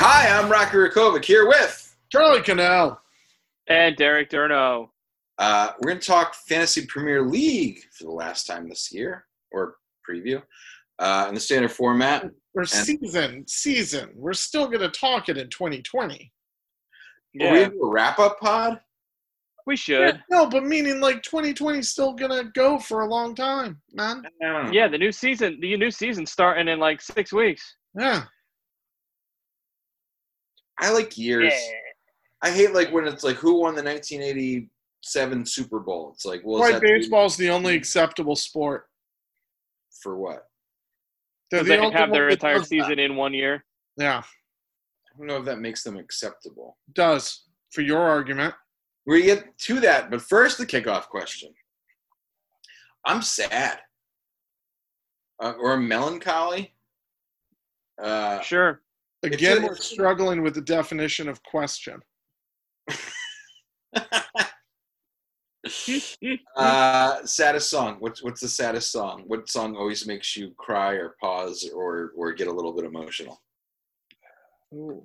Hi, I'm Rocky Rakovic here with. Charlie Canal. And Derek Durno. Uh, we're going to talk Fantasy Premier League for the last time this year, or preview, uh, in the standard format. We're season, season. We're still going to talk it in 2020. Are we do a wrap up pod? we should. No, but meaning like 2020 is still going to go for a long time, man. I don't know. Yeah. the new season, the new season starting in like six weeks. Yeah. I like years. I hate like when it's like who won the 1987 Super Bowl. It's like, well, is Why that due baseball's the only acceptable sport. for what? They're 'Cause the They can only have their one that entire does that. season in one year. Yeah, I don't know if that makes them acceptable. does. For your argument. We get to that, but first the kickoff question. I'm sad, uh, or melancholy. Uh, Sure. It's Again, a- we're struggling with the definition of question. Uh, saddest song. What's what's the saddest song? What song always makes you cry or pause or or get a little bit emotional? You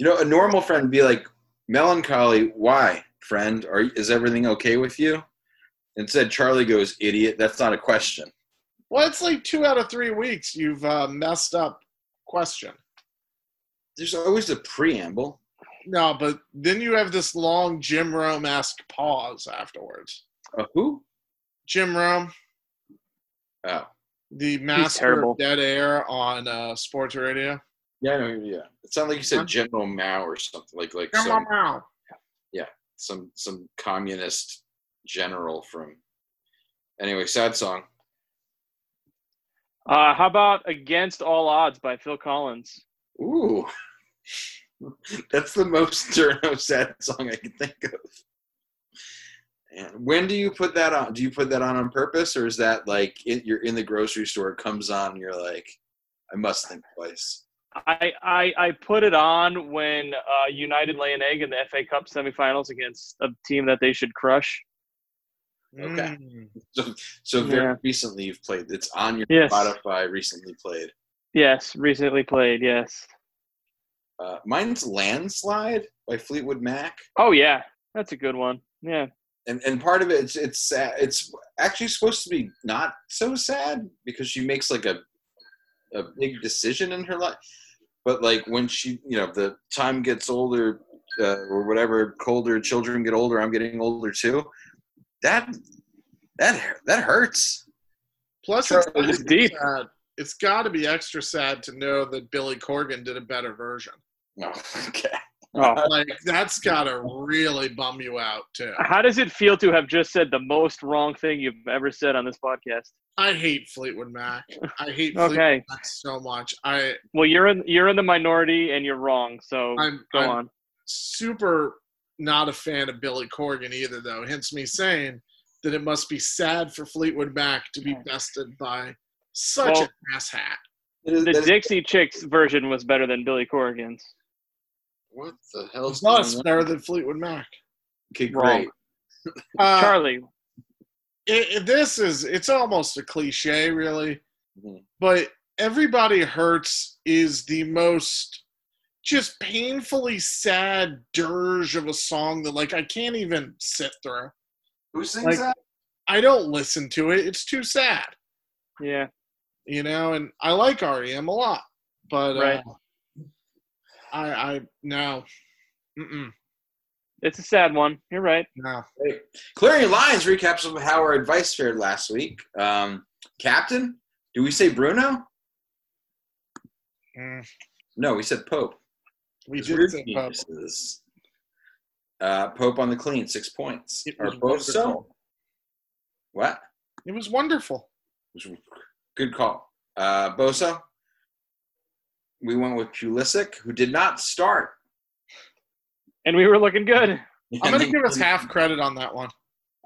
know, a normal friend would be like, "Melancholy, why, friend? Are is everything okay with you?" Instead, Charlie goes, "Idiot, that's not a question." Well, it's like two out of three weeks you've uh, messed up question. There's always a preamble. No, but then you have this long Jim Rome esque pause afterwards. A who? Jim Rome, Oh, the master terrible. of dead air on uh, sports radio. yeah, I know. Yeah, it sounded like you said General Mao or something like like Come some on, now. some some communist general from. Anyway, sad song. Uh, how about Against All Odds by Phil Collins? Ooh. That's the most Durno sad song I can think of. And when do you put that on? Do you put that on on purpose, or is that like it, you're in the grocery store, it comes on, and you're like, I must think twice. I, I, I put it on when uh, United lay an egg in the FA Cup semifinals against a team that they should crush. Okay. Mm. So very Yeah. recently you've played. It's on your Yes. Spotify. Recently played. Yes, recently played. Yes. Uh, mine's "Landslide" by Fleetwood Mac. Oh yeah, that's a good one. Yeah. and and part of it it's it's sad. It's actually supposed to be not so sad because she makes like a a big decision in her life. But like when she, you know, the time gets older uh, or whatever, colder children get older. I'm getting older too. That that that hurts. Plus, Sure, it's, it was extra deep. sad. it's got to be extra sad to know that Billy Corgan did a better version. No, okay. Oh. Like, that's got to really bum you out, too. How does it feel to have just said the most wrong thing you've ever said on this podcast? I hate Fleetwood Mac. I hate Fleetwood Okay. Mac so much. I, Well, you're in you're in the minority and you're wrong. So I'm, go I'm on. super not a fan of Billy Corgan either, though. Hence me saying that it must be sad for Fleetwood Mac to be bested by such Well- an asshat. It is- The that is- Dixie Chicks version was better than Billy Corrigan's. what the hell's going Plus, on? better than Fleetwood Mac. Okay, Wrong. great. Uh, Charlie, it, it- this is it's almost a cliche, really, Mhm. but everybody hurts is the most just painfully sad dirge of a song that like I can't even sit through. Who sings Like- that? I don't listen to it. It's too sad. yeah, you know, and I like REM a lot, but Right. uh, I, I no, Mm-mm, it's a sad one. You're right. no. Great. Clearing Your lines recaps of how our advice fared last week. Um, Captain, do we say Bruno? Mm, No, we said Pope. we His did weird say Pope. geniuses. Uh, Pope on the clean, six points. It Are was both so? wonderful. What? It was wonderful. Good call. Uh, Bosa. We went with Pulisic, who did not start. and we were looking good. I'm going to give us half credit on that one.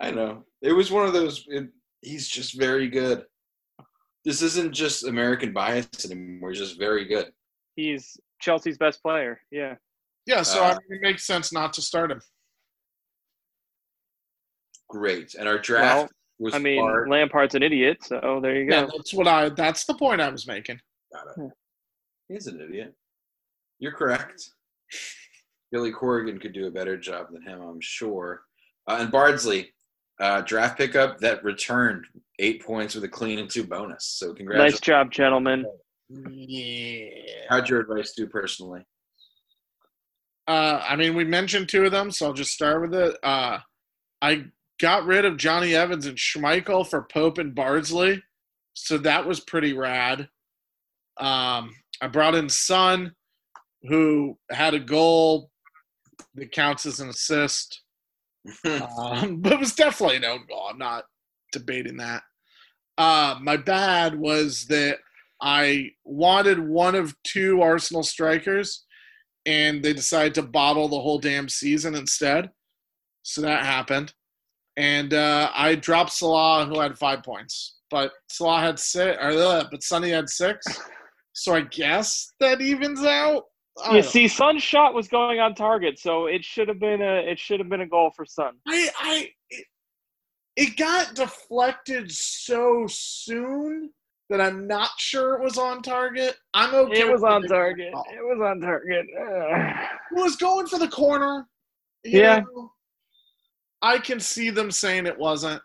I know. It was one of those. It, he's just very good. This isn't just American bias anymore. He's just very good. He's Chelsea's best player. Yeah. Yeah, so I Uh, mean, it makes sense not to start him. Great. And our draft Well, was I mean, far- Lampard's an idiot, so oh, there you Yeah, go. that's what I. That's the point I was making. He's an idiot. You're correct. Billy Corrigan could do a better job than him, I'm sure. Uh, and Bardsley, uh, draft pickup that returned eight points with a clean and two bonus. So nice congratulations. job, gentlemen. Yeah. How'd your advice do personally? Uh, I mean, we mentioned two of them, so I'll just start with it. Uh, I got rid of Johnny Evans and Schmeichel for Pope and Bardsley, so that was pretty rad. Um, I brought in Son, who had a goal that counts as an assist. Um, but it was definitely an own goal. I'm not debating that. Uh, my bad was that I wanted one of two Arsenal strikers, and they decided to bottle the whole damn season instead. So that happened. And uh, I dropped Salah, who had five points, but Salah had six, or uh, but Sonny had six. So I guess that evens out. I don't You know. see, Sun's shot was going on target, so it should have been a it should have been a goal for Sun. I, I, it, it got deflected so soon that I'm not sure it was on target. I'm okay. It was with on it. target. Oh. It was on target. Ugh. It was going for the corner. you Yeah. know? I can see them saying it wasn't.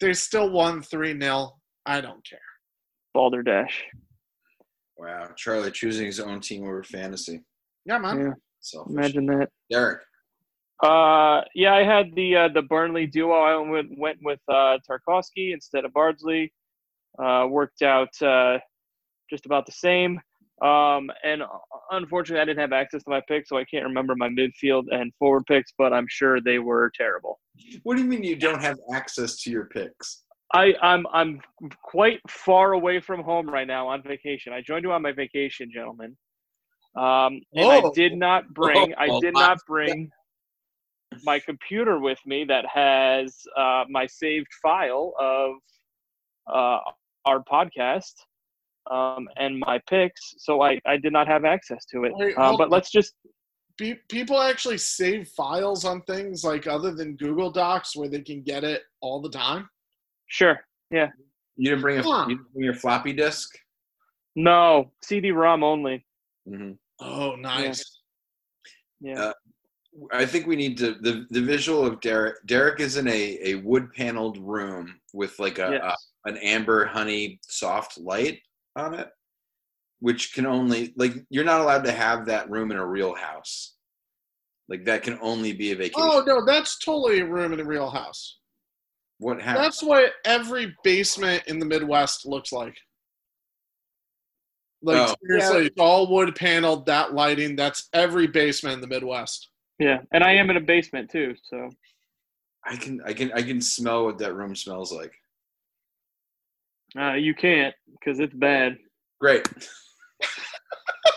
They still won three 0 I don't care. Balderdash. wow. Charlie choosing his own team over fantasy. Yeah, man. Yeah, Selfish. imagine that. Derek. Uh, yeah, I had the uh, the Burnley duo. I went went with uh, Tarkovsky instead of Bardsley. Uh, worked out uh, just about the same. Um, and unfortunately, I didn't have access to my picks, so I can't remember my midfield and forward picks. But I'm sure they were terrible. What do you mean you don't have access to your picks? I, I'm I'm quite far away from home right now on vacation. I joined you on my vacation, gentlemen. Um, and I Oh. did not bring I Oh, did my- not bring my computer with me that has uh, my saved file of uh, our podcast um, and my picks, so I, I did not have access to it. Wait, Uh, hold but on. let's just Pe- people actually save files on things like other than Google Docs where they can get it all the time. sure You didn't bring a Huh. you didn't bring your floppy disk. no CD-ROM only. Mm-hmm. Oh, nice. Yeah. Uh, I think we need to the the visual of Derek. Derek is in a a wood paneled room with like a, uh. yes. a an amber honey soft light on it, which can only like you're not allowed to have that room in a real house. Like that can only be a vacation. Oh no, that's totally a room in a real house. what happened? That's what every basement in the Midwest looks like. Like Oh. seriously, it's all wood paneled, that lighting, that's every basement in the Midwest. yeah, and I am in a basement too, so. I can I can I can smell what that room smells like. Uh, you can't because it's bad. Great.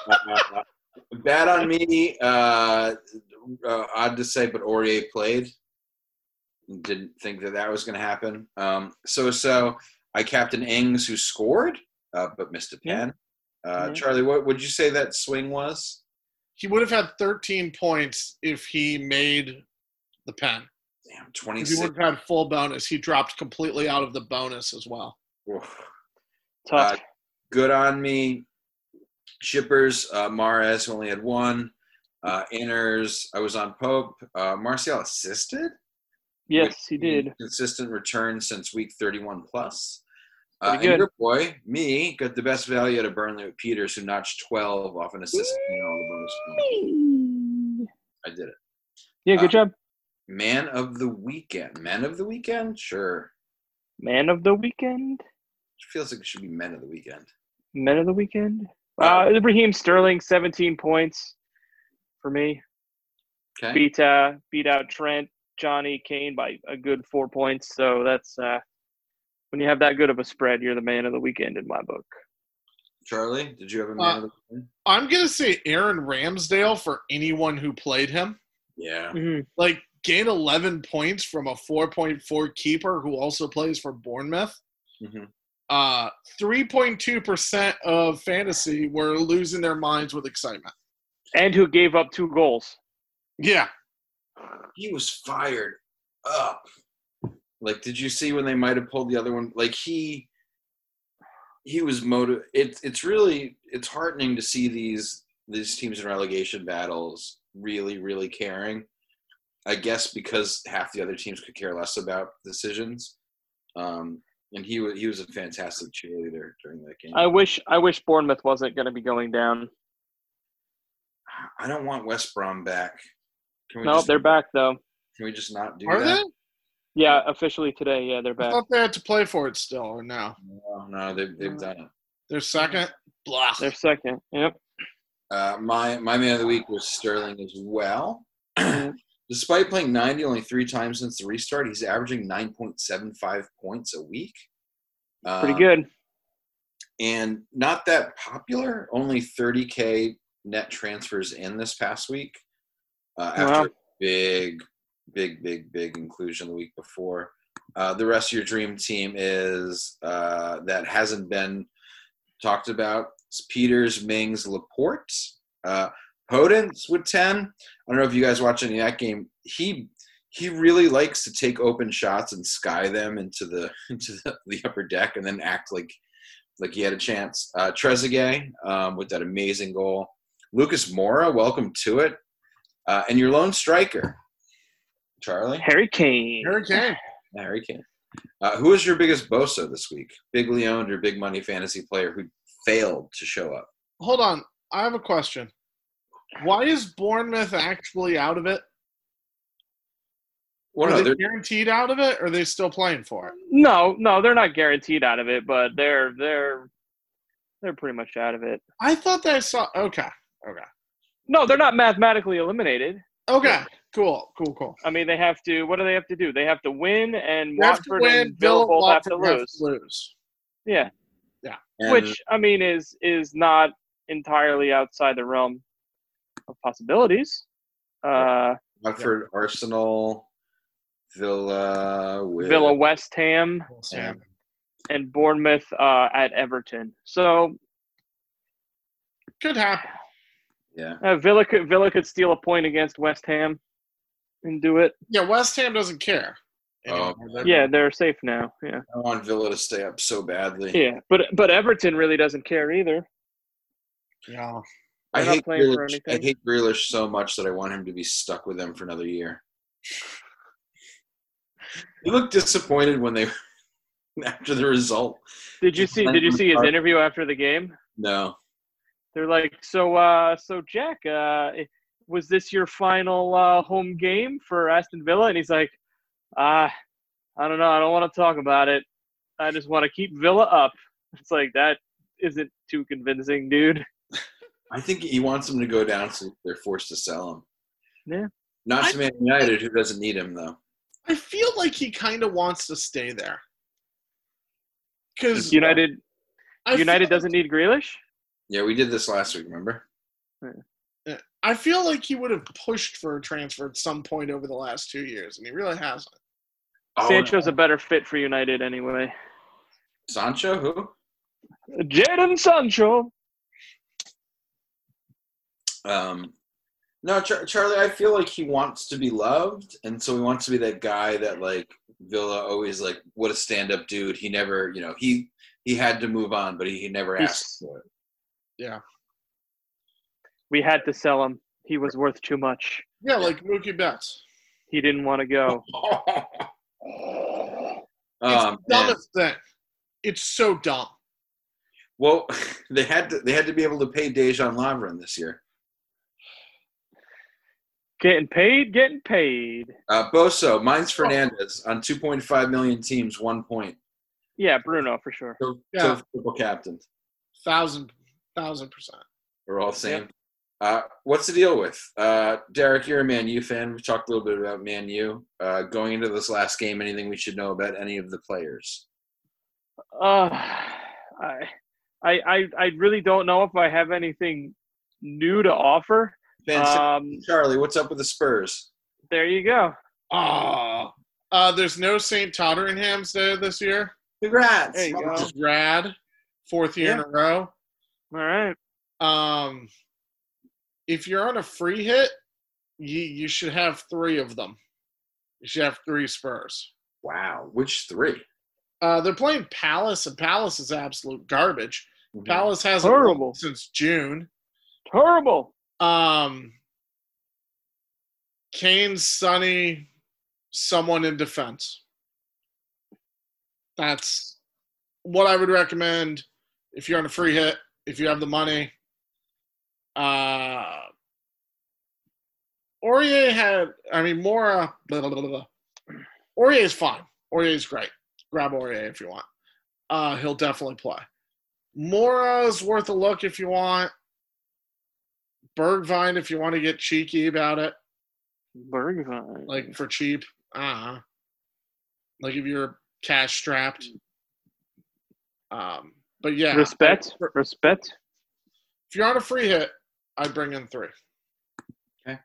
Uh, bad on me. Uh, uh, odd to say, but Aurier played. Didn't think that that was going to happen. Um, so so I captain Ings who scored, uh, but missed a pen. Uh, Yeah. Charlie, what would you say that swing was? He would have had 13 points if he made the pen. Damn, If he 26. would have had full bonus, he dropped completely out of the bonus as well. Oof. Tough. Uh, good on me. Shippers, uh, Mares only had one. Uh, inners, I was on Pope. Uh, Martial assisted. yes, he did. Consistent return since week 31 plus. Pretty Uh, and good. your boy, me, got the best value out of Burnley with Peters, who notched 12 off an assist and all the bonus points. I did it. Yeah, good uh, job. Man of the weekend. Men of the weekend? Sure. Man of the weekend. Feels like it should be men of the weekend. Men of the weekend. Uh, Raheem Sterling, 17 points for me. Okay. Beat uh, beat out Trent, Johnny, Kane by a good four points. So that's uh, when you have that good of a spread, you're the man of the weekend in my book. Charlie, did you have Uh, a man of the weekend? I'm gonna say Aaron Ramsdale for anyone who played him. Yeah. Like gain 11 points from a 4.4 keeper who also plays for Bournemouth. Mhm. Uh, 3.2% of fantasy were losing their minds with excitement. And who gave up two goals? Yeah, He was fired up. Like, did you see when they might have pulled the other one? Like he he was motive it's it's really it's heartening to see these these teams in relegation battles really, really caring. I guess because half the other teams could care less about decisions. Um and he was he was a fantastic cheerleader during that game. I wish I wish Bournemouth wasn't going to be going down. I don't want West Brom back. Can No, just, they're back though. Can we just not do are that? they? Yeah, officially today. Yeah, they're I back. thought they had to play for it still, or no? No, no, they've, they've done it. They're second. Blah. They're second. Yep. Uh, my my man of the week was Sterling as well. Mm-hmm. Despite playing 90 only three times since the restart, he's averaging 9.75 points a week. Pretty Uh, Um, good. And not that popular. Only 30K net transfers in this past week uh, after Wow. a big, big, big, big inclusion the week before. Uh, the rest of your dream team is uh, that hasn't been talked about. It's Peters, Mings, Laporte, uh, Podence with ten. I don't know if you guys watch any of that game. He he really likes to take open shots and sky them into the into the, the upper deck, and then act like like he had a chance. Uh, Trezeguet um, with that amazing goal. Lucas Mora, welcome to it, uh, and your lone striker, Charlie Harry Kane. Harry Kane. Harry Kane. Uh, who is your biggest boso this week? Bigly owned or big money fantasy player who failed to show up? Hold on. I have a question. Why is Bournemouth actually out of it? Well, are no, they they're, guaranteed out of it, or are they still playing for it? No, no, they're not guaranteed out of it, but they're they're they're pretty much out of it. I thought that I saw. Okay. Okay. No, they're not mathematically eliminated. Okay. Cool. Cool. Cool. I mean, they have to. What do they have to do? They have to win, and You have to Watford win, and Villa Villa, both have Watford to lose. lose. Yeah, and- which I mean is is not entirely outside the realm of possibilities. Uh, Watford, Arsenal, Villa, with Villa, West Ham, Yeah. and Bournemouth uh, at Everton. So Could happen. Yeah, uh, Villa could Villa could steal a point against West Ham and do it. Yeah, West Ham doesn't care. Oh. anymore. They're- Yeah, they're safe now. Yeah. I want Villa to stay up so badly. Yeah, but but Everton really doesn't care either. Yeah. I They're not hate playing for Grealish. I anything. hate Grealish so much that I want him to be stuck with them for another year. He looked disappointed when they after the result. Did you see? Did you see his interview after the game? No, They're like, so uh, so Jack, uh, was this your final uh, home game for Aston Villa? And he's like, ah, I don't know. I don't want to talk about it. I just want to keep Villa up. It's like that isn't too convincing, dude. I think he wants him to go down so they're forced to sell him. Yeah. Not to I- Man United, who doesn't need him though. I feel like he kind of wants to stay there. Because United United doesn't need Grealish. Yeah, we did this last week. Remember? I feel like he would have pushed for a transfer at some point over the last two years, and he really hasn't. Oh, Sancho's a better fit for United anyway. Sancho. Who? Jadon Sancho. Um, no, Char- Charlie, I feel like he wants to be loved, and so he wants to be that guy that like Villa always like. What a stand-up dude! He never, you know, he he had to move on, but he, he never He's- asked for it. We had to sell him. He was worth too much. Yeah, like Mookie Betts. He didn't want to go. Oh. um, and- Dumbest thing. It's so dumb. well, they had to they had to be able to pay Dejan Lovren this year. Getting paid, getting paid. Uh, Boso, mine's Fernandez on 2.5 million teams, one point. Yeah, Bruno for sure. So, Yeah. so football captain. Thousand thousand percent. We're all the same. Uh, what's the deal with uh, Derek? You're a Man U fan. We talked a little bit about Man U uh, going into this last game. Anything we should know about any of the players? Uh, I, I, I, I really don't know if I have anything new to offer. Ben, Um, Charlie, what's up with the Spurs? there you go. Ah, uh, there's no St. Tottenham's there this year, Congrats! There you which go. is rad. Fourth year in a row. All right. Um, if you're on a free hit, you you should have three of them. You should have three Spurs. Wow, which three? Uh, they're playing Palace, and Palace is absolute garbage. Mhm. Palace hasn't won Horrible. since June. Terrible. Um, Kane, Sonny, someone in defense. That's what I would recommend if you're on a free hit, if you have the money. Uh, Aurier had, I mean, Mora, blah, blah, blah, blah, blah. Aurier is fine. Aurier is great. Grab Aurier if you want. Uh, he'll definitely play. Mora's worth a look if you want. Bergvine if you want to get cheeky about it, Bergvine. like for cheap. Uh Like if you're cash strapped. Um, but yeah, Respect. Respect. if you're on a free hit, I'd bring in three. Uh,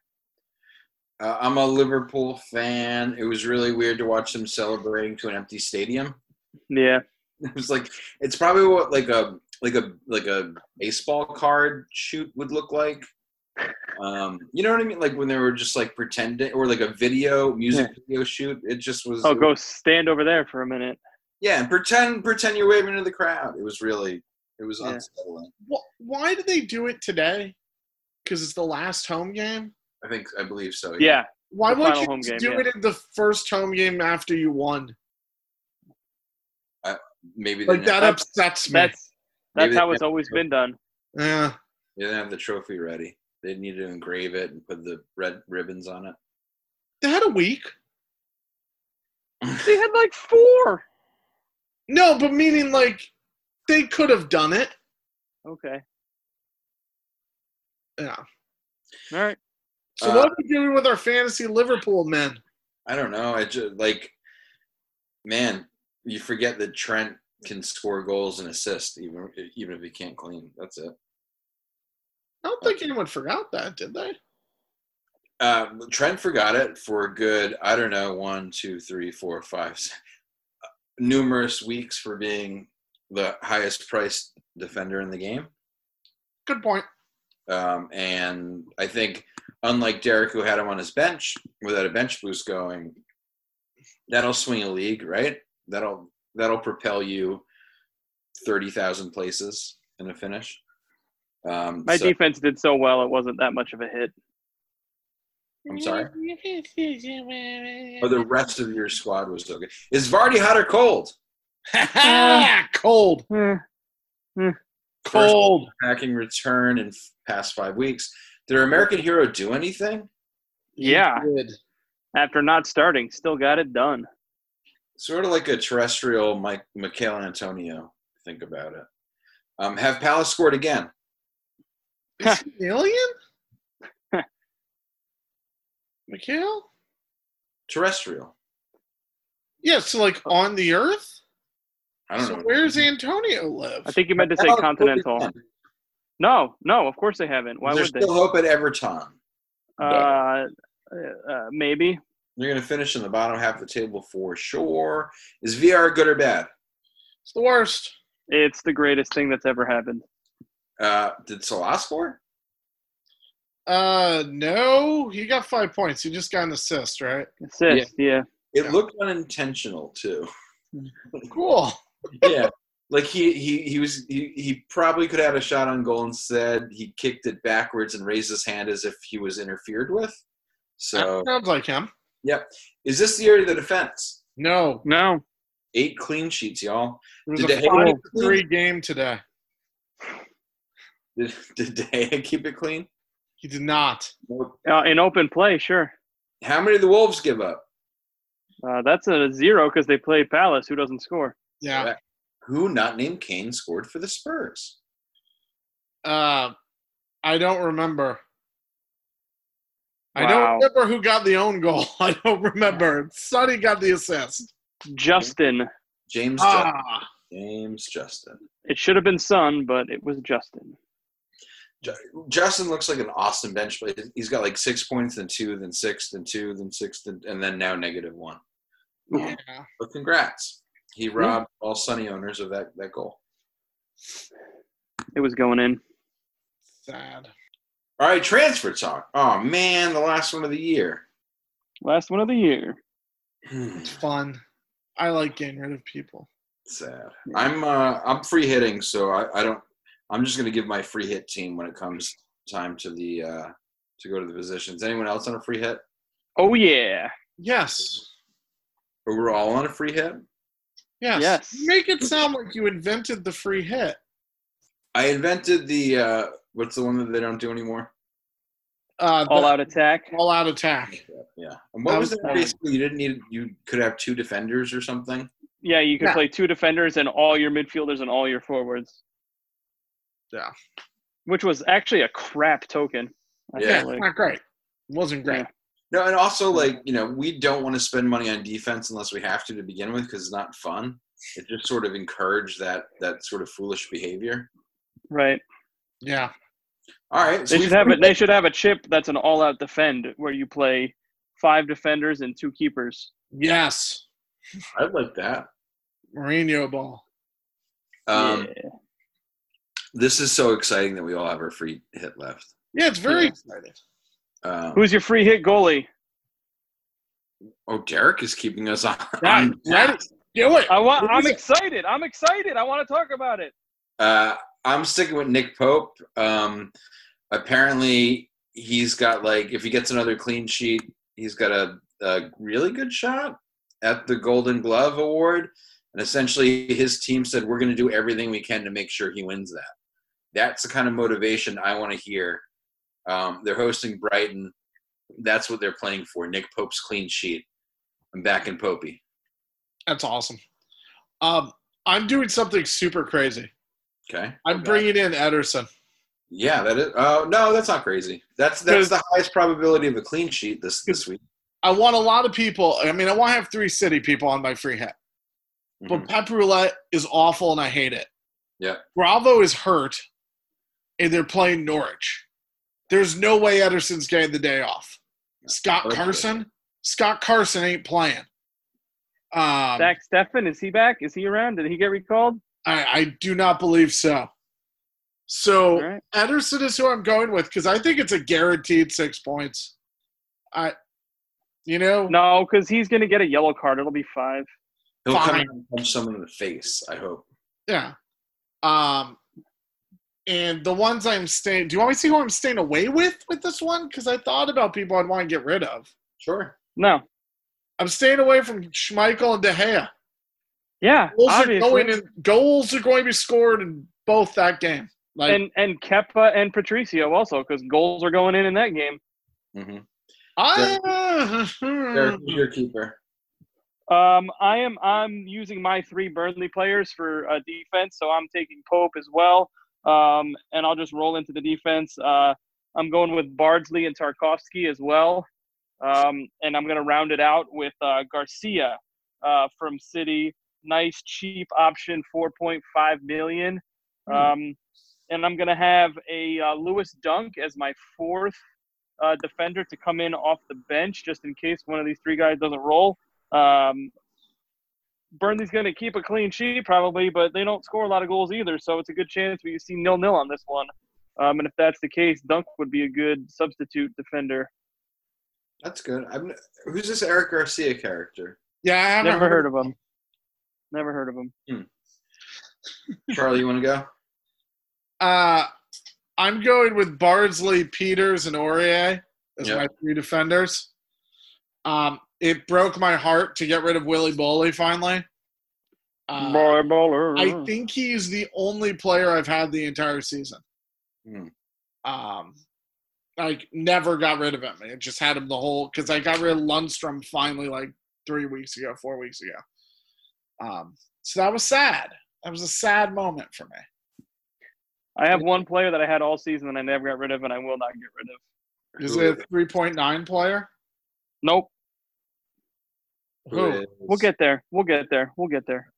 I'm a Liverpool fan. It was really weird to watch them celebrating to an empty stadium. Yeah. It was like it's probably what like a like a like a baseball card shoot would look like. Um, you know what I mean? Like when they were just like pretending, or like a video music video shoot. It just was. Oh, go stand over there for a minute. Yeah, and pretend pretend you're waving to the crowd. It was really it was Yeah. unsettling. Wh- Why do they do it today? Because it's the last home game. I think I believe so. Yeah. Why The would final you home game, do yeah. it in the first home game after you won? maybe they Like didn't, that have, upsets me. That's that's Maybe how they- it's always been done. yeah. they didn't have the trophy ready. They needed to engrave it and put the red ribbons on it. They had a week. They had like four. No, but meaning like they could have done it. Okay. Yeah. All right. So Uh, what are we doing with our fantasy Liverpool men? I don't know. I just like, man, you forget that Trent can score goals and assist even even if he can't clean. That's it. I Oh. don't think anyone forgot that, did they? Uh, Trent forgot it for a good I don't know one two three four five s- numerous weeks for being the highest priced defender in the game. Good point. Um, and I think, unlike Derek, who had him on his bench without a bench boost going, that'll swing a league, right? That'll that'll propel you thirty thousand places in a finish. Um, My so- defense did so well; it wasn't that much of a hit. I'm sorry. But the rest of your squad was okay. Is Vardy hot or cold? Ah, cold, cold. Hacking return in f- past five weeks. Did our American hero do anything? Yeah. Good. After not starting, still got it done. sort of like a terrestrial Mike Michael Antonio. Think about it. Um, have Palace scored again? Is he an alien? Mikhail? Terrestrial. Yeah, so like on the earth? I don't So know. where's Antonio live? I think you meant to say Palace scored continental. again. No, no, of course they haven't. Why There's would they? still hope at Everton. Uh, uh, uh, maybe. They're going to finish in the bottom half of the table for sure. Is VR good or bad? it's the worst. It's the greatest thing that's ever happened. Uh, did Salah score? Uh no, he got five points. He just got an assist, right? Assist, yeah. It Yeah. looked unintentional too. Cool. yeah, like he he he was he, he probably could have had a shot on goal instead. He kicked it backwards and raised his hand as if he was interfered with. So That sounds like him. Is this the area of the defense? No. No. Eight clean sheets, y'all. It was Did a they- five three game today. Did, did De Gea keep it clean? He did not. Nope. Uh, in open play, sure. How many did the Wolves give up? Uh, that's a zero because they play Palace, who doesn't score. Yeah. Who not named Kane scored for the Spurs? Uh, I don't remember. I Wow. don't remember who got the own goal. I don't remember. Sonny got the assist. Mm-hmm. Justin. James Justin. Ah, James Justin. It should have been Sun, but it was Justin. Ju- Justin looks like an awesome bench player. He's got like six points, then two, then six, then two, then six, then, and then now negative one. yeah. But congrats. He robbed all Sunny owners of that, that goal. It was going in. Sad. All right, transfer talk. Oh, man, the last one of the year. Last one of the year. Hmm, It's fun. I like getting rid of people. Sad. I'm uh, I'm free hitting, so I, I don't. I'm just gonna give my free hit team when it comes time to the uh, to go to the positions. Anyone else on a free hit? Oh yeah. Yes. Or we're all on a free hit. Yes. Yes. You Make it sound like you invented the free hit. I invented the uh, what's the one that they don't do anymore? Uh, All the- out attack. All out attack. Yeah. And what was Um, it basically? You didn't need. You could have two defenders or something. Yeah, you could Yeah. play two defenders and all your midfielders and all your forwards. Yeah. Which was actually a crap token. I Yeah. feel like. Not great. Wasn't great. No, and also like you know we don't want to spend money on defense unless we have to to begin with because it's not fun. It just sort of encouraged that that sort of foolish behavior. Right. Yeah. All right, so They we- should have it. They should have a chip that's an all-out defend where you play five defenders and two keepers. Yes. I like that. Mourinho ball. Um, yeah. This is so exciting that we all have our free hit left. Yeah, it's very Yeah. exciting. Um, Who's your free hit goalie? oh, Derek is keeping us on. Right, on right. task. Do it. I want. Who I'm is it? excited. I'm excited. I want to talk about it. Uh, I'm sticking with Nick Pope. Um, apparently, he's got like if he gets another clean sheet, he's got a, a really good shot at the Golden Glove award. And essentially, his team said we're going to do everything we can to make sure he wins that. That's the kind of motivation I want to hear. Um, they're hosting Brighton. That's what they're playing for. Nick Pope's clean sheet. I'm back in Popey. That's awesome. Um, I'm doing something super crazy. Okay. I'm Okay. bringing in Ederson. Yeah, that is. Oh no, that's not crazy. That's that's the highest probability of a clean sheet this this week. I want a lot of people. I mean, I want to have three city people on my free hit. But Mhm. Pep Roulette is awful, and I hate it. Yeah. Bravo is hurt, and they're playing Norwich. There's no way Ederson's getting the day off. Scott Okay. Carson. Scott Carson ain't playing. Um, Zach Steffen is he back? Is he around? Did he get recalled? I, I do not believe so. So All right. Ederson is who I'm going with because I think it's a guaranteed six points. I, you know, No, because he's gonna get a yellow card. It'll be five. He'll come fine. out and punch someone in the face. I hope. yeah. Um, and the ones I'm staying. Do you want me to see who I'm staying away with with this one? Because I thought about people I'd want to get rid of. Sure. No. I'm staying away from Schmeichel and De Gea. Yeah. Goals are obviously. going in, goals are going to be scored in both that game. Like and and Keppa and Patricio also because goals are going in in that game. Mm-hmm. I, Derek, who's your keeper? Um, I am I'm using my three Burnley players for uh, defense, so I'm taking Pope as well. Um, and I'll just roll into the defense. Uh, I'm going with Bardsley and Tarkovsky as well, um, and I'm going to round it out with uh, Garcia uh, from City. Nice cheap option, 4.5 million. Um, and I'm going to have a uh, Lewis Dunk as my fourth uh, defender to come in off the bench, just in case one of these three guys doesn't roll. Um, Burnley's going to keep a clean sheet probably, but they don't score a lot of goals either, so it's a good chance we see nil nil on this one. Um, and if that's the case, Dunk would be a good substitute defender. That's good. I'm, who's this Eric Garcia character? yeah, I haven't Never heard of him. Never heard of him. Charlie, you want to go? Uh, I'm going with Bardsley, Peters, and Aurier as Yeah. my three defenders. Um, it broke my heart to get rid of Willie Bowley finally. Uh, Baller, baller. I think he's the only player I've had the entire season. Hmm. Um, I never got rid of him. I just had him the whole because I got rid of Lundstrom finally like three weeks ago, four weeks ago. Um, so that was sad. That was a sad moment for me. I have one player that I had all season that I never got rid of, and I will not get rid of. Is it a three point nine player? Nope. Who? is- We'll get there. We'll get there. We'll get there.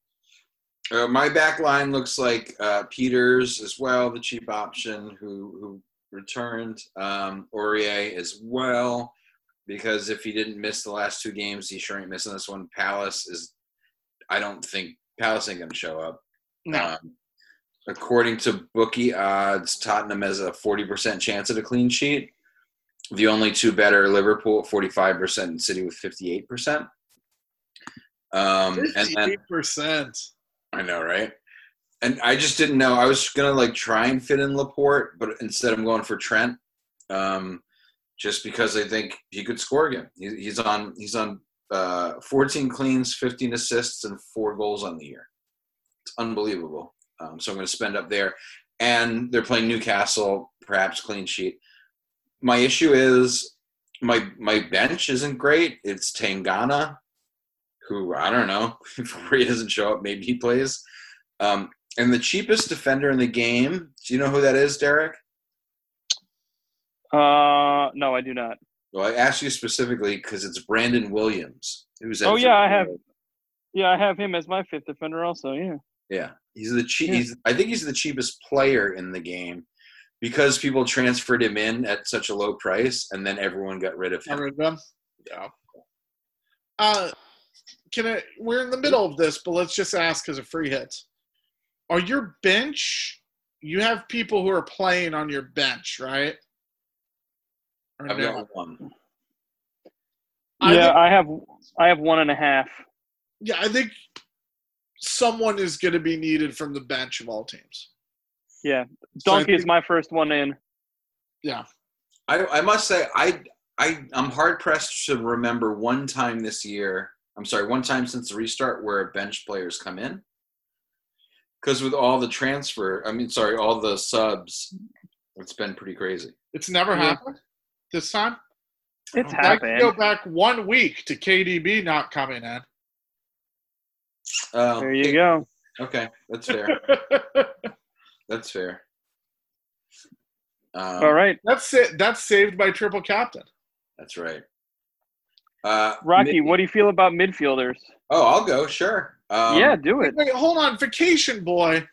Uh, my back line looks like uh, Peters as well, the cheap option who who returned um, Aurier as well, because if he didn't miss the last two games, he sure ain't missing this one. Palace is, I don't think Palace ain't gonna show up. No. Um, according to bookie odds, Tottenham has a forty percent chance at a clean sheet. The only two better are Liverpool at forty-five percent and City with fifty-eight percent. Um, and then Fifty-eight percent. I know, right? And I just didn't know. I was gonna like try and fit in Laporte, but instead I'm going for Trent, um, just because I think he could score again. He, he's on he's on uh, 14 cleans, 15 assists, and four goals on the year. It's unbelievable. Um, so I'm gonna spend up there, and they're playing Newcastle, perhaps clean sheet. My issue is my my bench isn't great. It's Tangana, who I don't know if Ray doesn't show up, maybe he plays. Um, and the cheapest defender in the game, do you know who that is, Derek? Uh, no, I do not. Well, I asked you specifically because it's Brandon Williams. Who's Oh, yeah, I have- Yeah, I have him as my fifth defender. Also, yeah. Yeah, he's the cheap. Yeah. He's, I think he's the cheapest player in the game because people transferred him in at such a low price, and then everyone got rid of Got him. rid of them. Yeah. Uh, can I? We're in the middle of this, but let's just ask as a free hit. Are your bench? You have people who are playing on your bench, right? Or I've no? got one. I yeah, think- I have. I have one and a half. yeah, I think someone is going to be needed from the bench of all teams. Yeah, So I Donkey is think- my first one in. I, I must say I I I'm hard pressed to remember one time this year. I'm sorry, one time since the restart where bench players come in. Because with all the transfer, I mean, sorry, all the subs, it's been pretty crazy. It's never Yeah. happened this time. It's I can go happened. back one week to KDB not coming in. Oh, There you go. Okay, that's fair. that's fair. Um, All right, That's it. That's saved by triple captain. That's right. Uh, Rocky, mid- what do you feel about midfielders? oh, I'll go. Sure. Um, yeah, do it. Wait, hold on, vacation boy.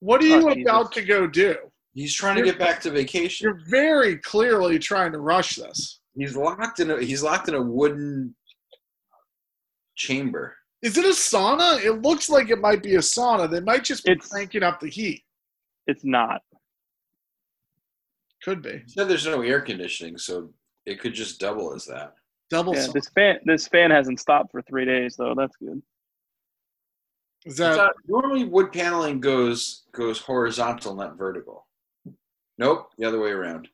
What are Oh, you about to go do? He's trying to get back to vacation. You're very clearly trying to rush this. He's locked in a he's locked in a wooden chamber. Is it a sauna? It looks like it might be a sauna. They might just be It's- cranking up the heat. It's not. Could be He said there's no air conditioning, so it could just double as that. double Yeah, sauna. this fan. This fan hasn't stopped for three days though. That's good. Is It's that not- Uh, normally wood paneling goes goes horizontal, not vertical. Nope, the other way around.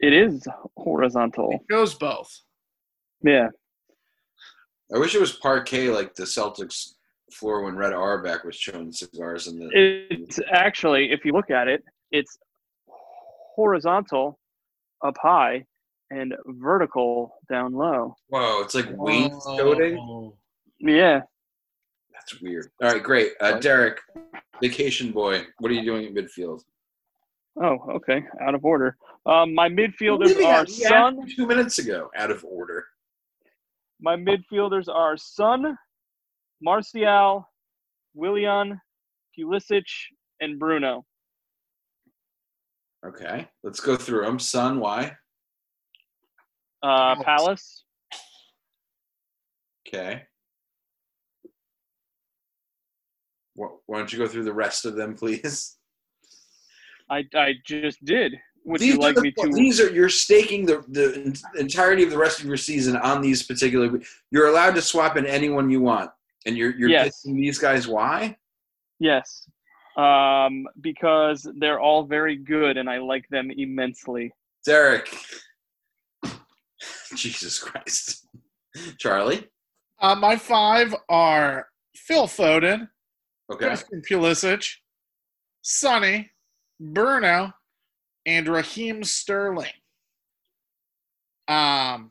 It is horizontal. it goes both? Yeah. I wish it was parquet like the Celtics floor when Red Auerbach was showing cigars in the It's actually, if you look at it, it's horizontal up high and vertical down low. Whoa, it's like wainscoting. Oh. Yeah. That's weird. All right, great. Uh, Derek, vacation boy, what are you doing at midfield? Oh, okay. Out of order. Um, my midfielders Leaving are out- yeah, Sun. two minutes ago, out of order. My midfielders are Sun, Marcial, Willian, Pulisic, and Bruno. Okay, let's go through them. Son, why? Uh, Palace. Palace, Okay. Wh- Why don't you go through the rest of them, please? I, I just did. Would you like are the- me to? these are you're staking the the en- entirety of the rest of your season on these particular. You're allowed to swap in anyone you want, and you're you're Yes. picking these guys. Why? Yes, um, because they're all very good, and I like them immensely. Derek. Jesus Christ. Charlie. Uh, my five are Phil Foden, Okay. Christian Pulisic, Sonny, Bruno, and Raheem Sterling. Um,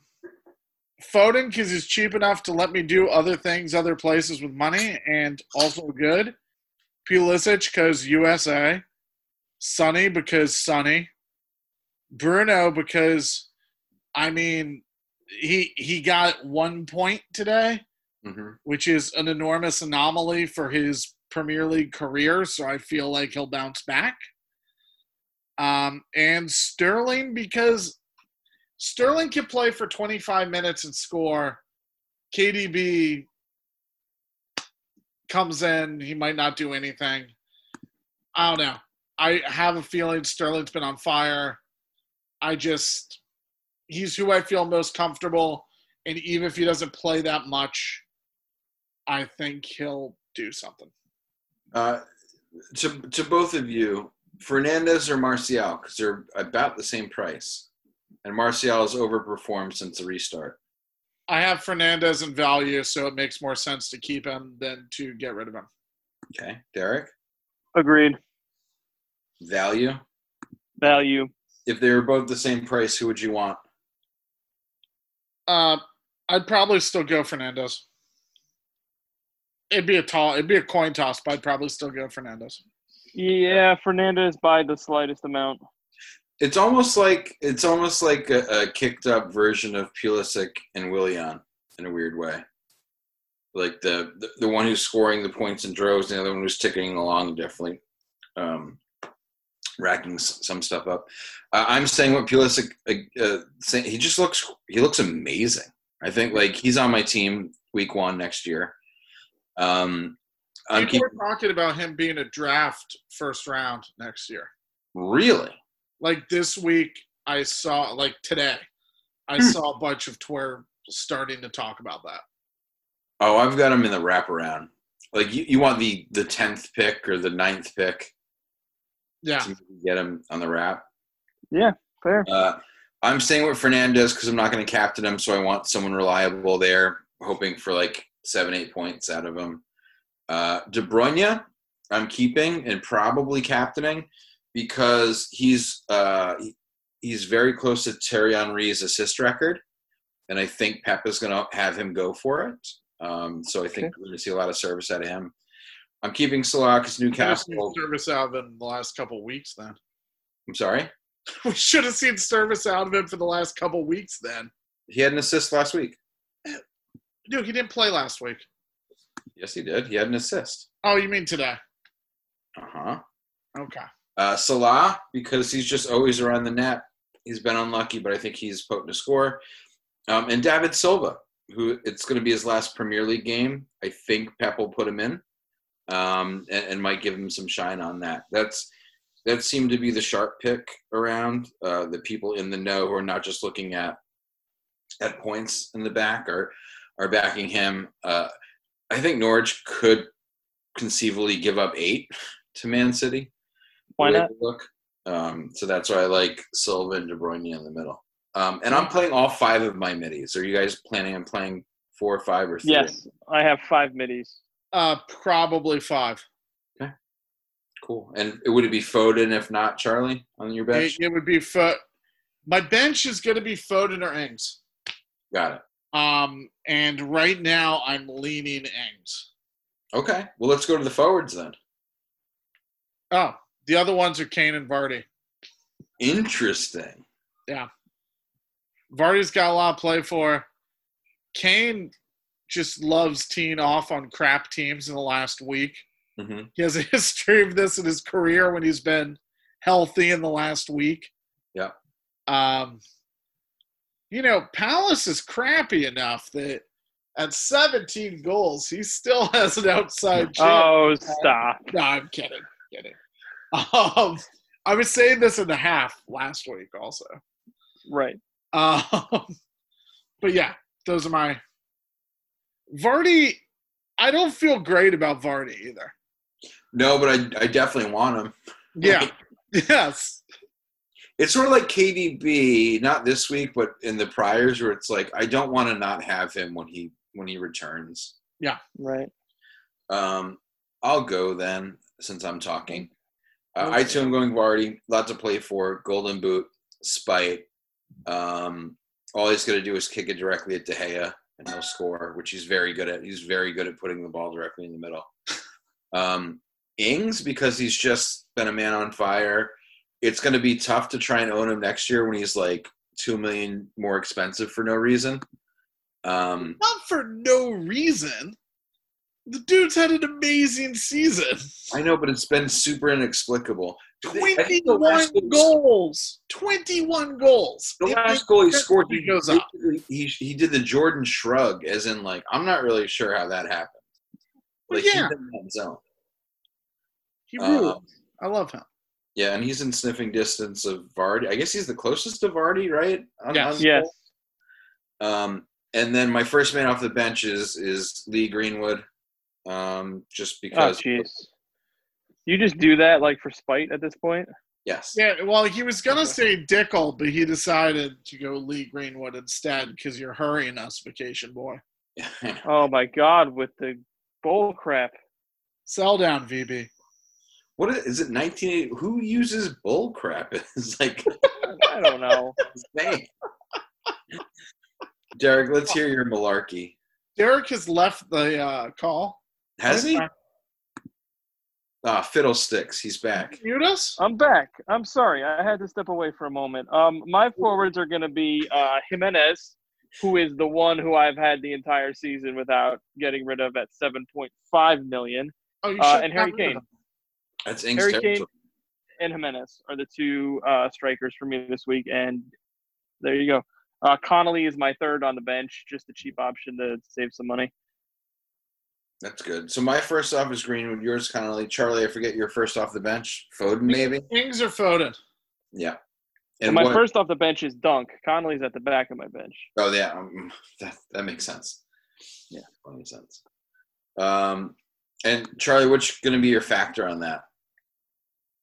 Foden because he's cheap enough to let me do other things, other places with money, and also good. Pulisic because USA, Sonny because Sonny. Bruno because, I mean, he he got one point today, hmm which is an enormous anomaly for his Premier League career. So I feel like he'll bounce back. Um, and Sterling because Sterling can play for 25 minutes and score. KDB comes in, he might not do anything. I don't know. I have a feeling Sterling's been on fire. I just he's who I feel most comfortable, and even if he doesn't play that much, I think he'll do something. Uh, to to both of you, Fernandez or Martial, because they're about the same price, and Martial has overperformed since the restart. I have Fernandez in value, so it makes more sense to keep him than to get rid of him. Okay, Derek, Agreed. value. Value. If they were both the same price, who would you want? Uh, I'd probably still go Fernandez. It'd be a tall, it'd be a coin toss, but I'd probably still go Fernandez. Yeah, Fernandez by the slightest amount. It's almost like it's almost like a, a kicked up version of Pulisic and Willian in a weird way. Like the, the the one who's scoring the points in droves, and the other one who's ticking along, definitely um, racking s- some stuff up. Uh, I'm saying what Pulisic uh, uh, say, he just looks he looks amazing. I think like he's on my team week one next year. Um, I'm People keeping, are talking about him being a draft first round next year. really like this week i saw like today i saw a bunch of twitter starting to talk about that Oh, I've got him in the wraparound. Like you, you want the the tenth pick or the ninth pick yeah to get him on the wrap. Fair. Uh, I'm staying with Fernandez because I'm not going to captain him, so I want someone reliable there, hoping for like seven, eight points out of him. Uh, De Bruyne, I'm keeping and probably captaining because he's uh, he- he's very close to Terry Henry's assist record, and I think Pep is going to have him go for it. Um, so I think Okay. we're going to see a lot of service out of him. I'm keeping Salah because We should've seen Newcastle. service out of him the last couple weeks then I'm sorry, we should have seen service out of him for the last couple weeks then he had an assist last week. dude he didn't play last week Yes, he did. He had an assist. oh you mean today Uh huh. okay Uh, Salah, because he's just always around the net. He's been unlucky, but I think he's potent to score. Um, and David Silva, who it's going to be his last Premier League game. I think Pep will put him in um, and, and might give him some shine on that. That's That seemed to be the sharp pick around. Uh, the people in the know who are not just looking at at points in the back are, are backing him. Uh, I think Norwich could conceivably give up eight to Man City Why way not? to Look. Um, so that's why I like Silva and De Bruyne in the middle. Um, and I'm playing all five of my middies. Are you guys planning on playing four or five or three? Yes, I have five middies. uh probably five Cool. And would it be Foden if not Charlie on your it, bench? it would be fo- my bench is going to be foden or ings Got it. um and right now i'm leaning ings Okay. Well, let's go to the forwards then. oh the other ones are kane and vardy Interesting. Vardy's got a lot to play for. Kane just loves teeing off on crap teams in the last week. hmm He has a history of this in his career when he's been healthy in the last week. Yeah. Um, you know, Palace is crappy enough that at 17 goals, he still has an outside chance. Oh, stop. No, I'm kidding. Kidding. Um, I was saying this in the half last week also. Right. Um, but yeah, those are my Vardy. I don't feel great about Vardy either. No, but I, I definitely want him. Yeah. yes. It's sort of like KDB, not this week, but in the priors, where it's like I don't want to not have him when he when he returns. Right. Um, I'll go then since I'm talking. Uh, Okay. I too am going Vardy. Lot to play for. Golden Boot. Spite. Um, all he's going to do is kick it directly at De Gea, and he'll score, which he's very good at. He's very good at putting the ball directly in the middle. Um, Ings because he's just been a man on fire. It's going to be tough to try and own him next year when he's like two million more expensive for no reason. Um, Not for no reason. The dude's had an amazing season. I know, but it's been super inexplicable. I think the 21 last goal- goals. 21 goals. The It last goal he makes scored, he, sense if He goes up. basically- he he did the Jordan shrug, as in like I'm not really sure how that happened. Well, Like he's yeah. in that zone. He Um, ruled. I love him. yeah, and he's in sniffing distance of Vardy. I guess he's the closest to Vardy, right? On- Yes. on- Yes. Um, and then my first man off the bench is is Lee Greenwood, um, just Oh, because. jeez. You just do that like for spite at this point. yes. Yeah, well, he was going to say Dickel, but he decided to go Lee Greenwood instead because you're hurrying us, vacation boy. Oh my God, with the bull crap. Sell down, VB. what is, is it? Nineteen eighty? Who uses bull crap? It's like I don't know. insane. Derek, let's hear your malarkey. Derek has left the uh, call. Has he? Ah, fiddlesticks. He's back. Mute us? I'm back. I'm sorry. I had to step away for a moment. Um, my forwards are going to be uh, Jimenez, who is the one who I've had the entire season without getting rid of at 7.5 million, Oh, you Uh, should and Harry got rid of Kane. him. That's Ings Harry territory. and Jimenez are the two uh, strikers for me this week. And there you go. Uh, Connolly is my third on the bench, just a cheap option to save some money. That's good. So my first off is Greenwood. Yours, Connolly. Charlie, I forget your first off the bench. Foden, maybe. Ings are Foden. Yeah. And And my what- first off the bench is Dunk. Connolly's at the back of my bench. Oh yeah, um, that that makes sense. Yeah. that makes sense. Um, and Charlie, what's going to be your factor on that?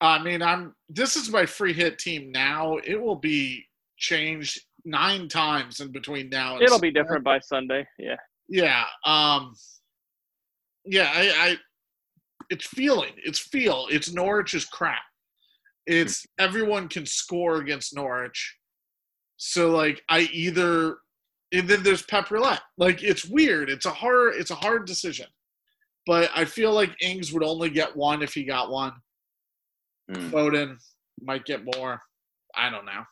I mean, I'm. This is my free hit team now. It will be changed nine times in between now. And It'll be different by Sunday. Yeah. Yeah. Um. Yeah. I. I it's feeling. It's feel. It's Norwich's crap. It's everyone can score against Norwich. So like I either, and then there's Pep Roulette. Like it's weird. It's a hard. It's a hard decision. But I feel like Ings would only get one if he got one. Hmm. Foden might get more. I don't know.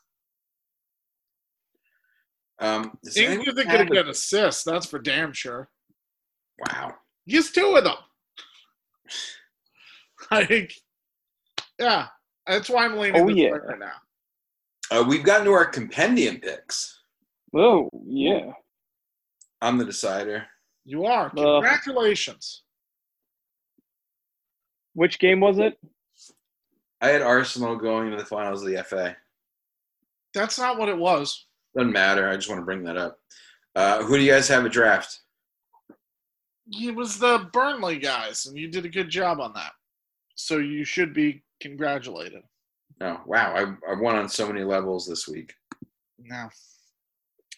Um, does Ings anyone have isn't going a- to get assists. That's for damn sure. Wow. He has two of them. like, yeah, that's why I'm leaning Oh, this yeah. way right now. Uh, we've gotten to our compendium picks. Oh, yeah. I'm the decider. You are. Congratulations. Which game was it? I had Arsenal going to the finals of the FA. that's not what it was. Doesn't matter. I just want to bring that up. Uh, who do you guys have a draft? It was the Burnley guys, and you did a good job on that. So you should be congratulated. Oh, wow. I, I won on so many levels this week. No.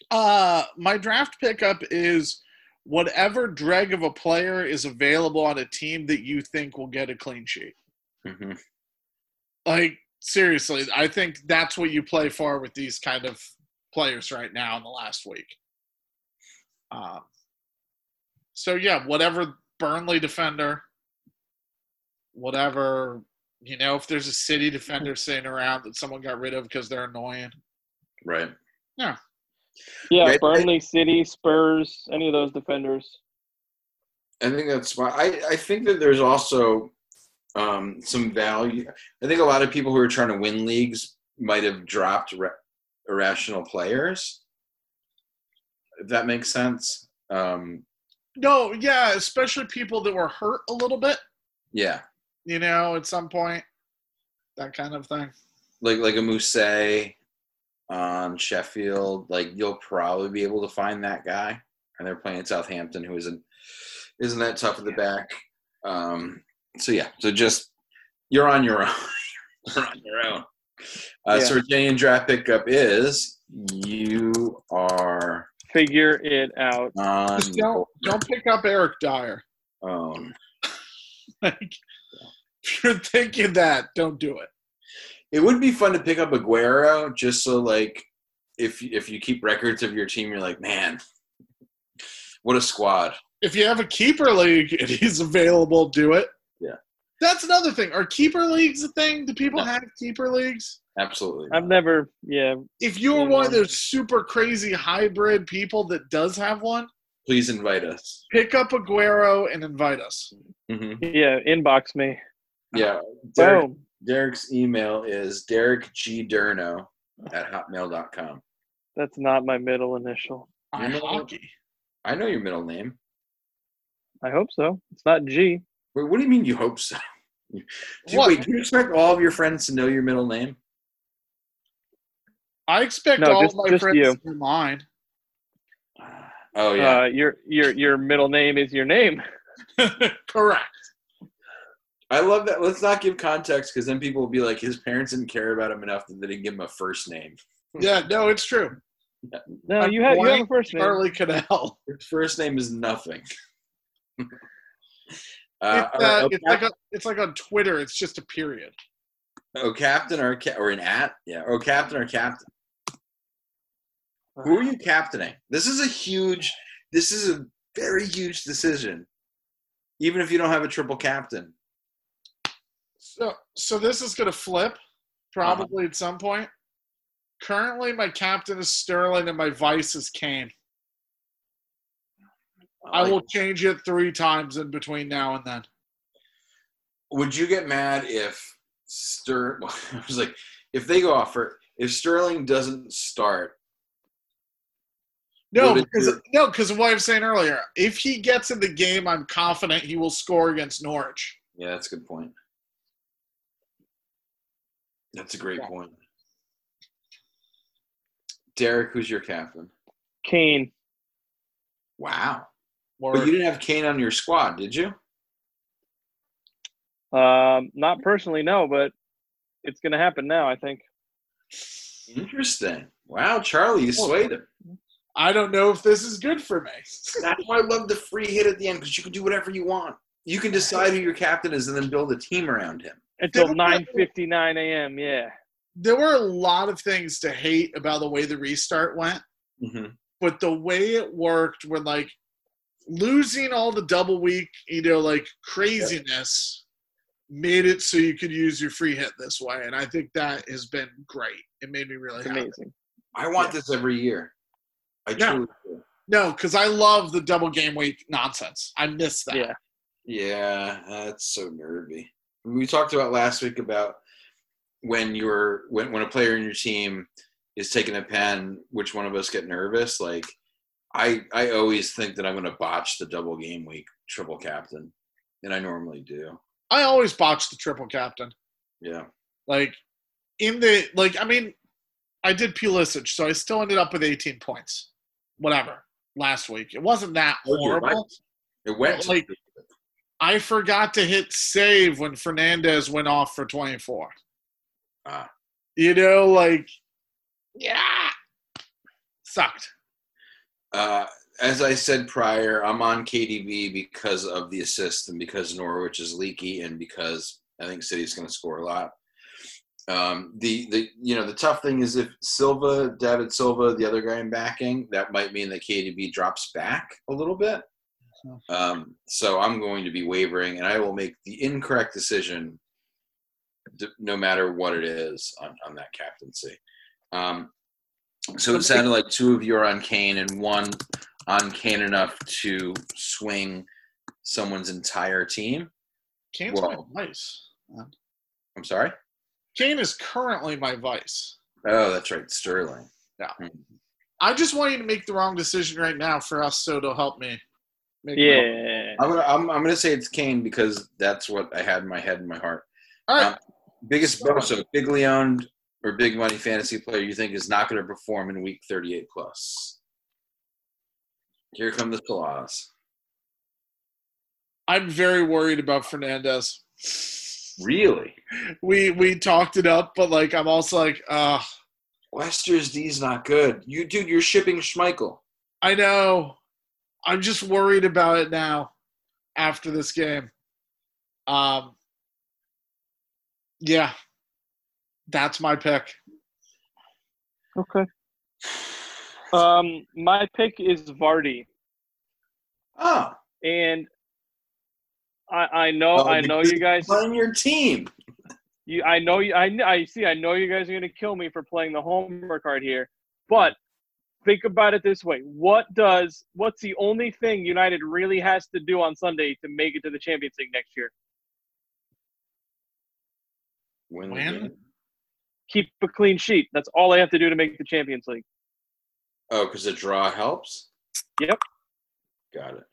Uh, my draft pickup is whatever dreg of a player is available on a team that you think will get a clean sheet. hmm Like seriously, I think that's what you play for with these kind of players right now in the last week. Um, so yeah, whatever Burnley defender, whatever you know, if there's a City defender sitting around that someone got rid of because they're annoying, Right. Yeah, Right. Burnley City, Spurs, any of those defenders. I think that's why I, I think that there's also um, some value. I think a lot of people who are trying to win leagues might have dropped ra- irrational players. If that makes sense. Um, no, yeah, especially people that were hurt a little bit, yeah, you know, at some point, that kind of thing. like like a Mousse on Sheffield. Like you'll probably be able to find that guy, and they're playing Southampton, who isn't isn't that tough at the back. Um, so yeah, so just you're on your own. you're on your own. Uh, Yeah. So Virginian draft pickup is you are Figure it out. on Just don't don't pick up Eric Dyer. your own. Like, if you're thinking that, don't do it. It would be fun to pick up Aguero just so like if if you keep records of your team, you're like, man, what a squad. If you have a keeper league and he's available, do it. Yeah. That's another thing. Are keeper leagues a thing? Do people No. have keeper leagues? Absolutely. I've never, yeah, If you are Yeah. one of those super crazy hybrid people that does have one, Please invite us. pick up Aguero and invite us. hmm yeah, inbox me. Yeah. Derek, Boom. Derek's email is derekgderno at hotmail.com. That's not my middle initial. I You know- hockey. I know your middle name. I hope so. It's not G. Wait, what do you mean you hope so? Do you, What? wait, do you expect all of your friends to know your middle name? I expect No, all just- of my just friends you. to know mine. Oh, yeah. Uh, your your your middle name is your name. Correct. I love that. Let's not give context because then people will be like, his parents didn't care about him enough that they didn't give him a first name. Yeah, no, it's true. No, I'm you have you have a blank first name. Charlie Cadell. His first name is nothing. uh, It's, all right, uh, oh, it's like a, it's like on Twitter. It's just a period. Oh, captain or ca- or an at? Yeah. Oh, captain or captain. Who are you captaining? This is a huge. This is a very huge decision. Even if you don't have a triple captain, So, so this is going to flip probably Uh-huh. at some point. Currently, my captain is Sterling and my vice is Kane. I Like, will change it three times in between now and then. Would you get mad if Ster? I was like, if they go off for if Sterling doesn't start, No, Would it because do- no, because of what I was saying earlier. If he gets in the game, I'm confident he will score against Norwich. Yeah, that's a good point. That's a great Yeah. point. Derek, who's your captain? Kane. Wow. Or, But you didn't have Kane on your squad, did you? Um, not personally, no, but it's gonna happen now. I think. Interesting. Wow, Charlie, you swayed him. I don't know if this is good for me. That's why I love the free hit at the end because you can do whatever you want. You can decide who your captain is and then build a team around him. Until Don't- 9:59 a.m. Yeah. there were a lot of things to hate about the way the restart went, Mm-hmm. but the way it worked, were like losing all the double week, you know, like craziness, made it so you could use your free hit this way, and I think that has been great. It made me really It's happy. amazing. I want this every year. I Yeah. truly do. No, because I love the double game week nonsense. I miss that. Yeah. Yeah, that's so nervy. We talked about last week about when you're when when a player in your team is taking a pen, which one of us get nervous? Like I I always think that I'm gonna botch the double game week triple captain. And I normally do. I always botch the triple captain. Yeah. Like in the like, I mean, I did Pulisic, so I still ended up with 18 points. Whatever. Last week, it wasn't that Oh, you're horrible. It went to- Like- I forgot to hit save when Fernandez went off for 24. Ah. You know, like yeah, sucked. uh as I said prior, I'm on KDB because of the assist and because Norwich is leaky and because I think City's going to score a lot. Um, the the you know the tough thing is if Silva, David Silva, the other guy I'm backing, that might mean that KDB drops back a little bit. Um, so I'm going to be wavering, and I will make the incorrect decision, d- no matter what it is, on, on that captaincy. Um, so it sounded like two of you are on Kane, and one on Kane enough to swing someone's entire team. Kane's Whoa. my vice. I'm sorry. Kane is currently my vice. Oh, that's right, Sterling. Hmm. I just want you to make the wrong decision right now for us, so it'll help me. Make my- Yeah. I'm gonna I'm, I'm gonna say it's Kane because that's what I had in my head and my heart. All right. Um, biggest so bigly owned or big money fantasy player you think is not going to perform in week 38 plus here come the flaws I'm very worried about Fernandez. really We we talked it up, but like I'm also like, uh, Wester's D's not good. You dude, you're shipping Schmeichel. I know. I'm just worried about it now after this game. Um Yeah. That's my pick. Okay. Um, my pick is Vardy, Oh, and I, I know, Oh, I know you guys. Playing your team. You, I know you. I, kn- I see. I know you guys are gonna kill me for playing the homer card here, but think about it this way: what does what's the only thing United really has to do on Sunday to make it to the Champions League next year? Win. the Win? game. Keep a clean sheet. That's all they have to do to make the Champions League. Oh, because a draw helps. Yep. Got it.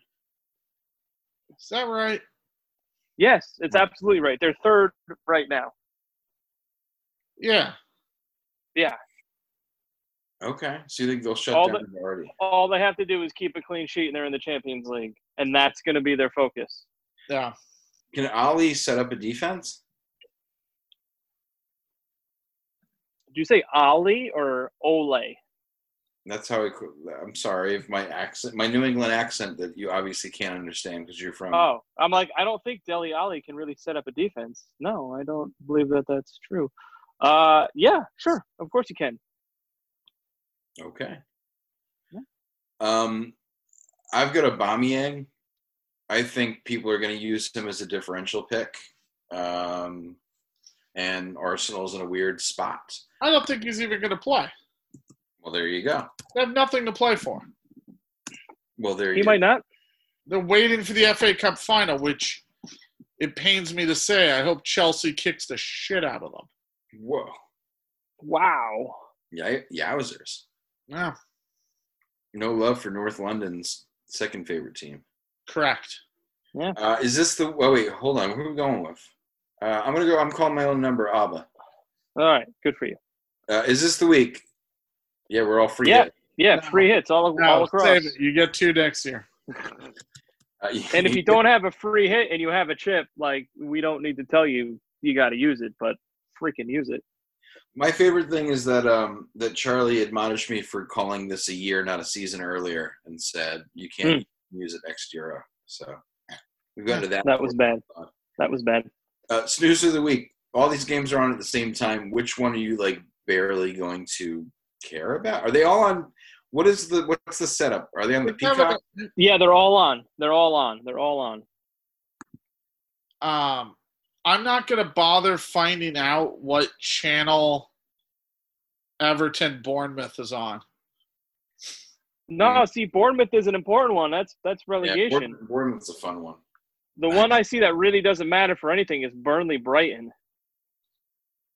Is that right? Yes, it's absolutely right. They're third right now. Yeah. Okay. So you think they'll shut All down already? All they have to do is keep a clean sheet, and they're in the Champions League, and that's gonna be their focus. Yeah. Can Ali set up a defense? Did you say Ali or Ole? That's how I. could- I'm sorry if my accent, my New England accent that you obviously can't understand because you're from. Oh, I'm like, I don't think Deli Ali can really set up a defense. No, I don't believe that that's true. Uh, yeah, sure, of course you can. Okay. Yeah. Um, I've got a Aubameyang. I think people are going to use him as a differential pick. Um, and Arsenal's in a weird spot. I don't think he's even going to play. Well, there you go. They have nothing to play for. Well, there He you might not. They're waiting for the FA Cup final, which it pains me to say. I hope Chelsea kicks the shit out of them. Whoa. Wow. Yeah, yowzers. Yeah, No love for North London's second favorite team. correct. Uh, is this the? Oh wait, hold on. Who are we going with? Uh, I'm gonna go. I'm calling my own number. Abba. All right, good for you. Uh, is this the week? Yeah, we're all free. Yeah. hit. Yeah, No. free hits all, all No, across. save it. You get two next year. Uh, And if you don't have a free hit and you have a chip, like we don't need to tell you you got to use it, but freaking use it. My favorite thing is that um, that Charlie admonished me for calling this a year, not a season earlier, and said you can't use it next year. So we've got to that. Hmm. That was bad. That was bad. uh, snooze of the week. All these games are on at the same time. Which one are you like barely going to care about? Are they all on? What is the what's the setup? Are they on the Peacock? Yeah, they're all on. They're all on. They're all on. Um, I'm not going to bother finding out what channel Everton Bournemouth is on. No, Mm. see, Bournemouth is an important one. That's that's Yeah, relegation. Bournemouth- Bournemouth's a fun one. The one I see that really doesn't matter for anything is Burnley Brighton.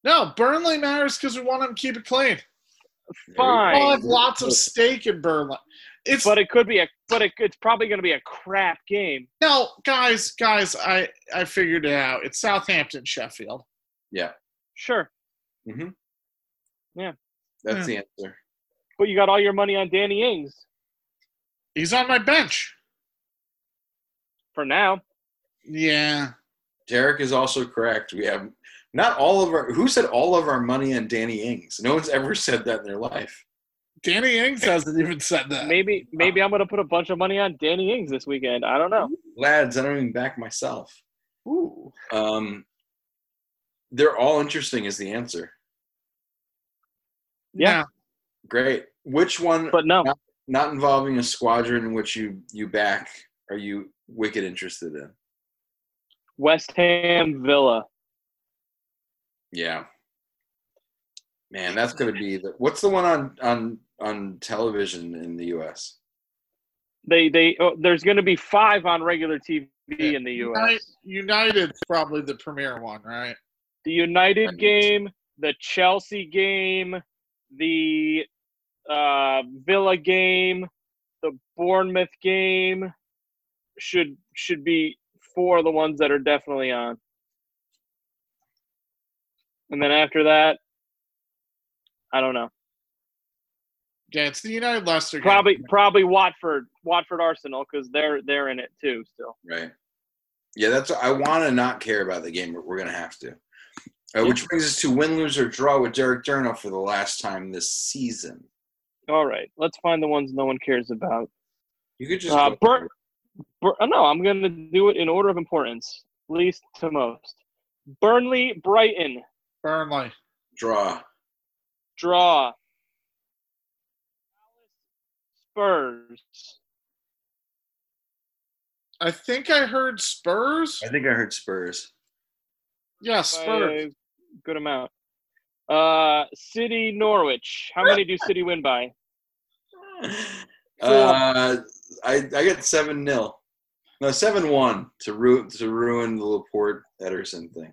No, Burnley matters because we want them to keep it clean. Fine. I'll Oh, have lots of stake in Burnley. It's But it could be a but it, it's probably going to be a crap game. no, guys, guys. I I figured it out. It's Southampton, Sheffield. Sure. Mm-hmm. Yeah. that's the answer. But you got all your money on Danny Ings He's on my bench. for now. Yeah, Derek is also correct. We have not all of our. Who said all of our money on Danny Ings? No one's ever said that in their life. Danny Ings hasn't even said that. Maybe maybe I'm going to put a bunch of money on Danny Ings this weekend. I don't know. Lads, I don't even back myself. Ooh. Um, they're all interesting. Is the answer Yeah. great? Which one? But no. not involving a squadron in which you you back are you wicked interested in West Ham Villa. yeah man that's going to be the what's the one on on on television in the us They they oh, there's going to be 5 on regular TV Yeah. in the US. United, United's probably the premier one, right? The Right. United game, the Chelsea game, the uh, Villa game, the Bournemouth game should should be four of the ones that are definitely on. And then after that, I don't know. Yeah, it's the United Leicester. game. Probably probably Watford, Watford Arsenal because they're they're in it too still. right yeah that's i want to not care about the game but we're going to have to uh, which brings us to win lose or draw with derek durno for the last time this season All right, let's find the ones no one cares about. you could just Uh, go- Bur- Bur- uh, no, I'm going to do it in order of importance, least to most. Burnley, Brighton, Burnley. draw draw. Spurs. I think I heard Spurs. I think I heard Spurs. Yeah, by Spurs. a good amount. Uh, City Norwich. How many do City win by? Uh, I I get seven 0 no seven one to ruin to ruin the Laporte Ederson thing.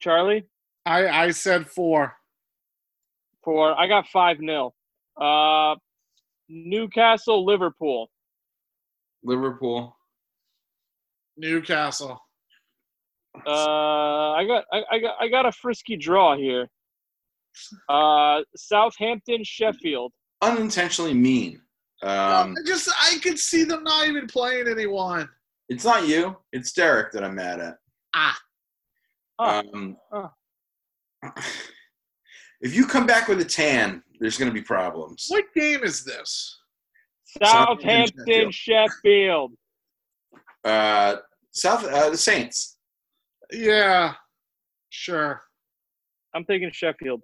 Charlie? I I said four. Four. I got five nil. Uh, Newcastle, Liverpool. Liverpool. Newcastle. Uh, I got I, I got I got a frisky draw here. Uh, Southampton, Sheffield. Unintentionally mean. Um, I just I could see them not even playing anyone. it's not you. It's Derek that I'm mad at. Ah. Ah. Um, Ah. If you come back with a tan, there's going to be problems. What game is this? Southampton, Southampton, Sheffield. Uh, South uh, the Saints. Yeah. Sure. I'm thinking Sheffield.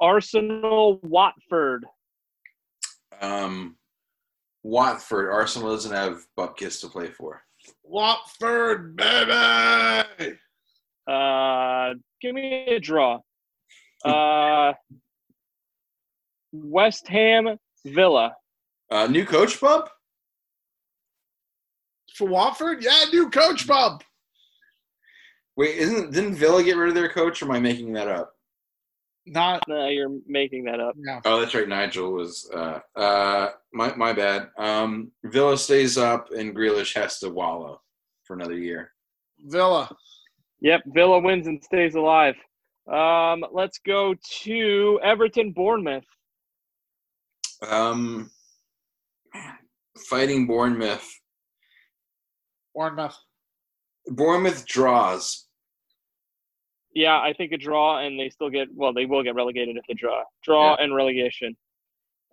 Arsenal, Watford. Um, Watford. Arsenal doesn't have Bupkis to play for. Watford, baby. Uh, give me a draw. Uh, West Ham, Villa. Uh, new coach bump. For Watford? Yeah, new coach bump. Wait, isn't didn't Villa get rid of their coach? Or am I making that up? Not No, you're making that up. yeah. Oh, that's right. Nigel was. Uh, uh, my my bad. Um, Villa stays up, and Grealish has to wallow for another year. Villa. Yep, Villa wins and stays alive. Um, let's go to Everton, Bournemouth. Um, fighting Bournemouth. Bournemouth. Bournemouth draws. Yeah, I think a draw, and they still get well. They will get relegated if they draw. Draw and relegation.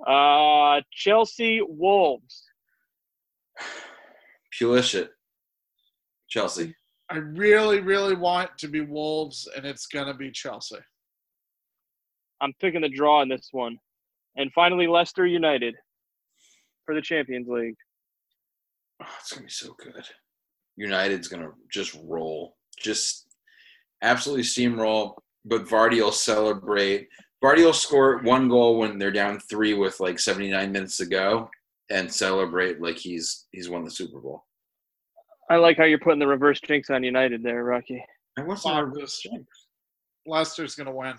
Uh, Chelsea Wolves. Pulisic. Chelsea. I really, really want to be Wolves, and it's gonna be Chelsea. I'm picking the draw in this one, and finally Leicester United for the Champions League. Oh, it's gonna be so good. United's gonna just roll, just absolutely steamroll. But Vardy will celebrate. Vardy will score one goal when they're down three with like 79 minutes to go, and celebrate like he's he's won the Super Bowl. I like how you're putting the reverse jinx on United there, Rocky. I wasn't. Fuck this. Leicester's gonna win.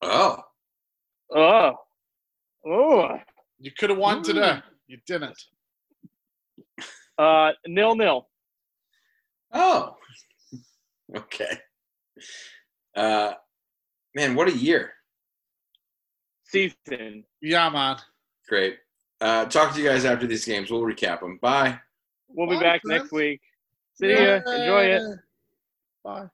Oh, Oh, oh, You could have won Ooh. today. You didn't. uh, nil nil. oh, okay. Uh, man, what a year! Season. Yeah, man. Great. Uh, talk to you guys after these games. We'll recap them. Bye. We'll be Bye, back friends. next week. See ya. Enjoy it. Bye.